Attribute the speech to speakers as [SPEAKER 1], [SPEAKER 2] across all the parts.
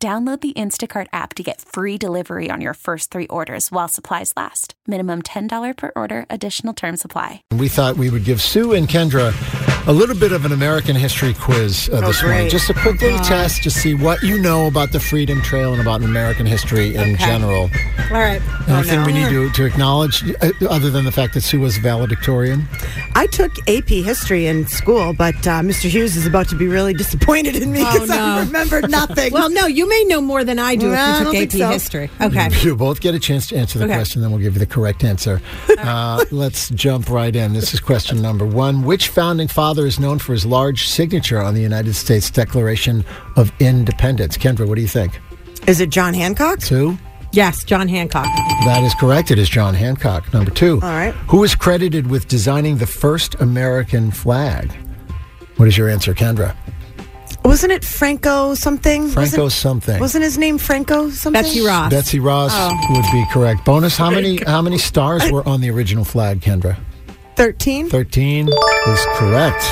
[SPEAKER 1] Download the Instacart app to get free delivery on your first three orders while supplies last. Minimum $10 per order, additional term supply.
[SPEAKER 2] We thought we would give Sue and Kendra a little bit of an American history quiz
[SPEAKER 3] Oh,
[SPEAKER 2] uh, this morning.
[SPEAKER 4] great.
[SPEAKER 2] Just a quick little test to see what you know about the Freedom Trail and about American history in general.
[SPEAKER 4] All right.
[SPEAKER 3] Oh,
[SPEAKER 2] Anything we need to, to acknowledge, uh, other than the fact that Sue was valedictorian?
[SPEAKER 4] I took AP history in school, but uh, Mr. Hughes is about to be really disappointed in me because I
[SPEAKER 3] Oh, no.
[SPEAKER 4] remembered nothing.
[SPEAKER 3] Well, no, you may know more than I do
[SPEAKER 4] No, I
[SPEAKER 3] if
[SPEAKER 4] don't
[SPEAKER 3] you
[SPEAKER 4] think
[SPEAKER 3] took AP
[SPEAKER 4] so.
[SPEAKER 3] history. Okay.
[SPEAKER 2] You'll both get a chance to answer the
[SPEAKER 3] Okay.
[SPEAKER 2] question, then we'll give you the correct answer. Uh, let's jump right in. This is question number one. Which founding father is known for his large signature on the United States Declaration of Independence? Kendra, what do you think?
[SPEAKER 4] is it John Hancock?
[SPEAKER 2] Sue?
[SPEAKER 3] Yes, John Hancock.
[SPEAKER 2] That is correct. It is John Hancock. Number two.
[SPEAKER 4] All right.
[SPEAKER 2] Who is credited with designing the first American flag? What is your answer, Kendra?
[SPEAKER 4] Wasn't it Franco something?
[SPEAKER 2] Franco
[SPEAKER 4] Wasn't-
[SPEAKER 2] something.
[SPEAKER 4] Wasn't his name Franco something?
[SPEAKER 3] Betsy Ross.
[SPEAKER 2] Betsy Ross would be correct. Bonus. How many how many stars were on the original flag, Kendra?
[SPEAKER 4] 13?
[SPEAKER 2] 13 is correct.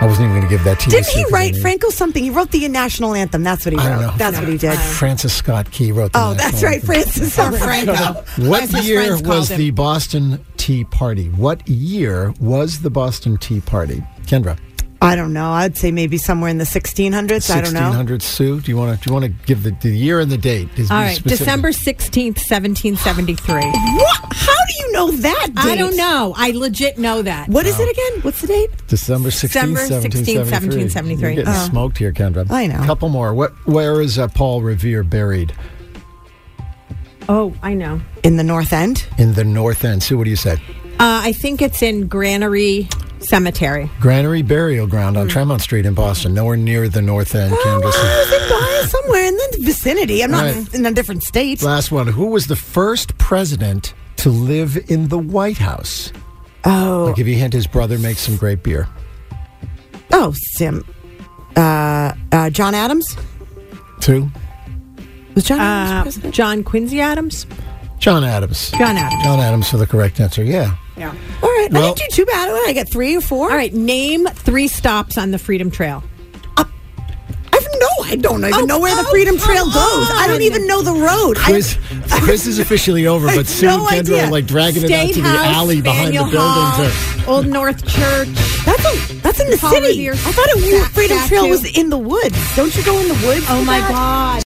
[SPEAKER 2] I wasn't even going to give that to you.
[SPEAKER 4] Didn't
[SPEAKER 2] so
[SPEAKER 4] he
[SPEAKER 2] you could
[SPEAKER 4] write
[SPEAKER 2] have-
[SPEAKER 4] Franco something? He wrote the national anthem. That's what he wrote.
[SPEAKER 2] I don't know.
[SPEAKER 4] That's what he did.
[SPEAKER 2] Francis Scott Key wrote the
[SPEAKER 4] Oh,
[SPEAKER 2] national
[SPEAKER 4] that's right.
[SPEAKER 2] anthem.
[SPEAKER 4] Francis
[SPEAKER 3] Or Franco. as
[SPEAKER 2] What
[SPEAKER 3] his
[SPEAKER 2] year
[SPEAKER 3] friends
[SPEAKER 2] was
[SPEAKER 3] called him.
[SPEAKER 2] the Boston Tea Party? What year was the Boston Tea Party? Kendra,
[SPEAKER 4] I don't know. I'd say maybe somewhere in the 1600s. I don't know.
[SPEAKER 2] 1600 Sue. Do you want to do you want to give the, the year and the date? Is
[SPEAKER 3] All right,
[SPEAKER 2] specific.
[SPEAKER 3] December 16th, 1773.
[SPEAKER 4] What? How do you know that date?
[SPEAKER 3] I don't know. I legit know that.
[SPEAKER 4] What is it again? What's the date?
[SPEAKER 2] December 16,
[SPEAKER 3] December
[SPEAKER 2] 1773.
[SPEAKER 3] 16,
[SPEAKER 2] You're
[SPEAKER 3] 1773.
[SPEAKER 2] getting
[SPEAKER 3] Oh.
[SPEAKER 2] smoked here, Kendra.
[SPEAKER 4] I know.
[SPEAKER 2] Couple more. What? Where is uh, Paul Revere buried?
[SPEAKER 3] Oh, I know.
[SPEAKER 4] In the North End?
[SPEAKER 2] In the North End. Sue, what do you say?
[SPEAKER 3] Uh, I think it's in Granary Cemetery.
[SPEAKER 2] Granary Burial Ground on Tremont Street in Boston, nowhere near the North End,
[SPEAKER 4] Oh,
[SPEAKER 2] Kendra.
[SPEAKER 4] I was in Boston somewhere in the vicinity. I'm not
[SPEAKER 2] Right.
[SPEAKER 4] in a different state.
[SPEAKER 2] Last one. Who was the first president to live in the White House? I'll
[SPEAKER 4] Oh,
[SPEAKER 2] give you a hint. His brother makes some great beer.
[SPEAKER 4] oh, Sim. Uh, uh, John Adams
[SPEAKER 2] Two.
[SPEAKER 4] was John
[SPEAKER 3] Uh,
[SPEAKER 4] Adams president?
[SPEAKER 3] John Quincy Adams?
[SPEAKER 2] John Adams.
[SPEAKER 3] John Adams.
[SPEAKER 2] John Adams for the correct answer. Yeah.
[SPEAKER 3] Yeah.
[SPEAKER 4] All right,
[SPEAKER 2] well-
[SPEAKER 4] I didn't do too bad. What, I got three or four.
[SPEAKER 3] All right, name three stops on the Freedom Trail.
[SPEAKER 4] I've no, I don't even
[SPEAKER 3] Oh,
[SPEAKER 4] know where the
[SPEAKER 3] oh,
[SPEAKER 4] Freedom
[SPEAKER 3] come
[SPEAKER 4] Trail goes. I don't
[SPEAKER 3] on.
[SPEAKER 4] even know the road. I-
[SPEAKER 2] Quiz, quiz is officially over,
[SPEAKER 4] I
[SPEAKER 2] but
[SPEAKER 4] have
[SPEAKER 2] Sue
[SPEAKER 4] no
[SPEAKER 2] and Kendra
[SPEAKER 4] idea.
[SPEAKER 2] are like dragging it out
[SPEAKER 3] State
[SPEAKER 2] to the
[SPEAKER 3] House,
[SPEAKER 2] alley behind
[SPEAKER 3] Faneuil
[SPEAKER 2] the building. To,
[SPEAKER 3] Hall, Old North Church.
[SPEAKER 4] that's a, that's in the
[SPEAKER 3] Paul
[SPEAKER 4] city.
[SPEAKER 3] Revere's
[SPEAKER 4] I thought it,
[SPEAKER 3] sta-
[SPEAKER 4] Freedom Trail
[SPEAKER 3] statue.
[SPEAKER 4] was in the woods. Don't you go in the woods?
[SPEAKER 3] Oh
[SPEAKER 4] for
[SPEAKER 3] my
[SPEAKER 4] that?
[SPEAKER 3] God.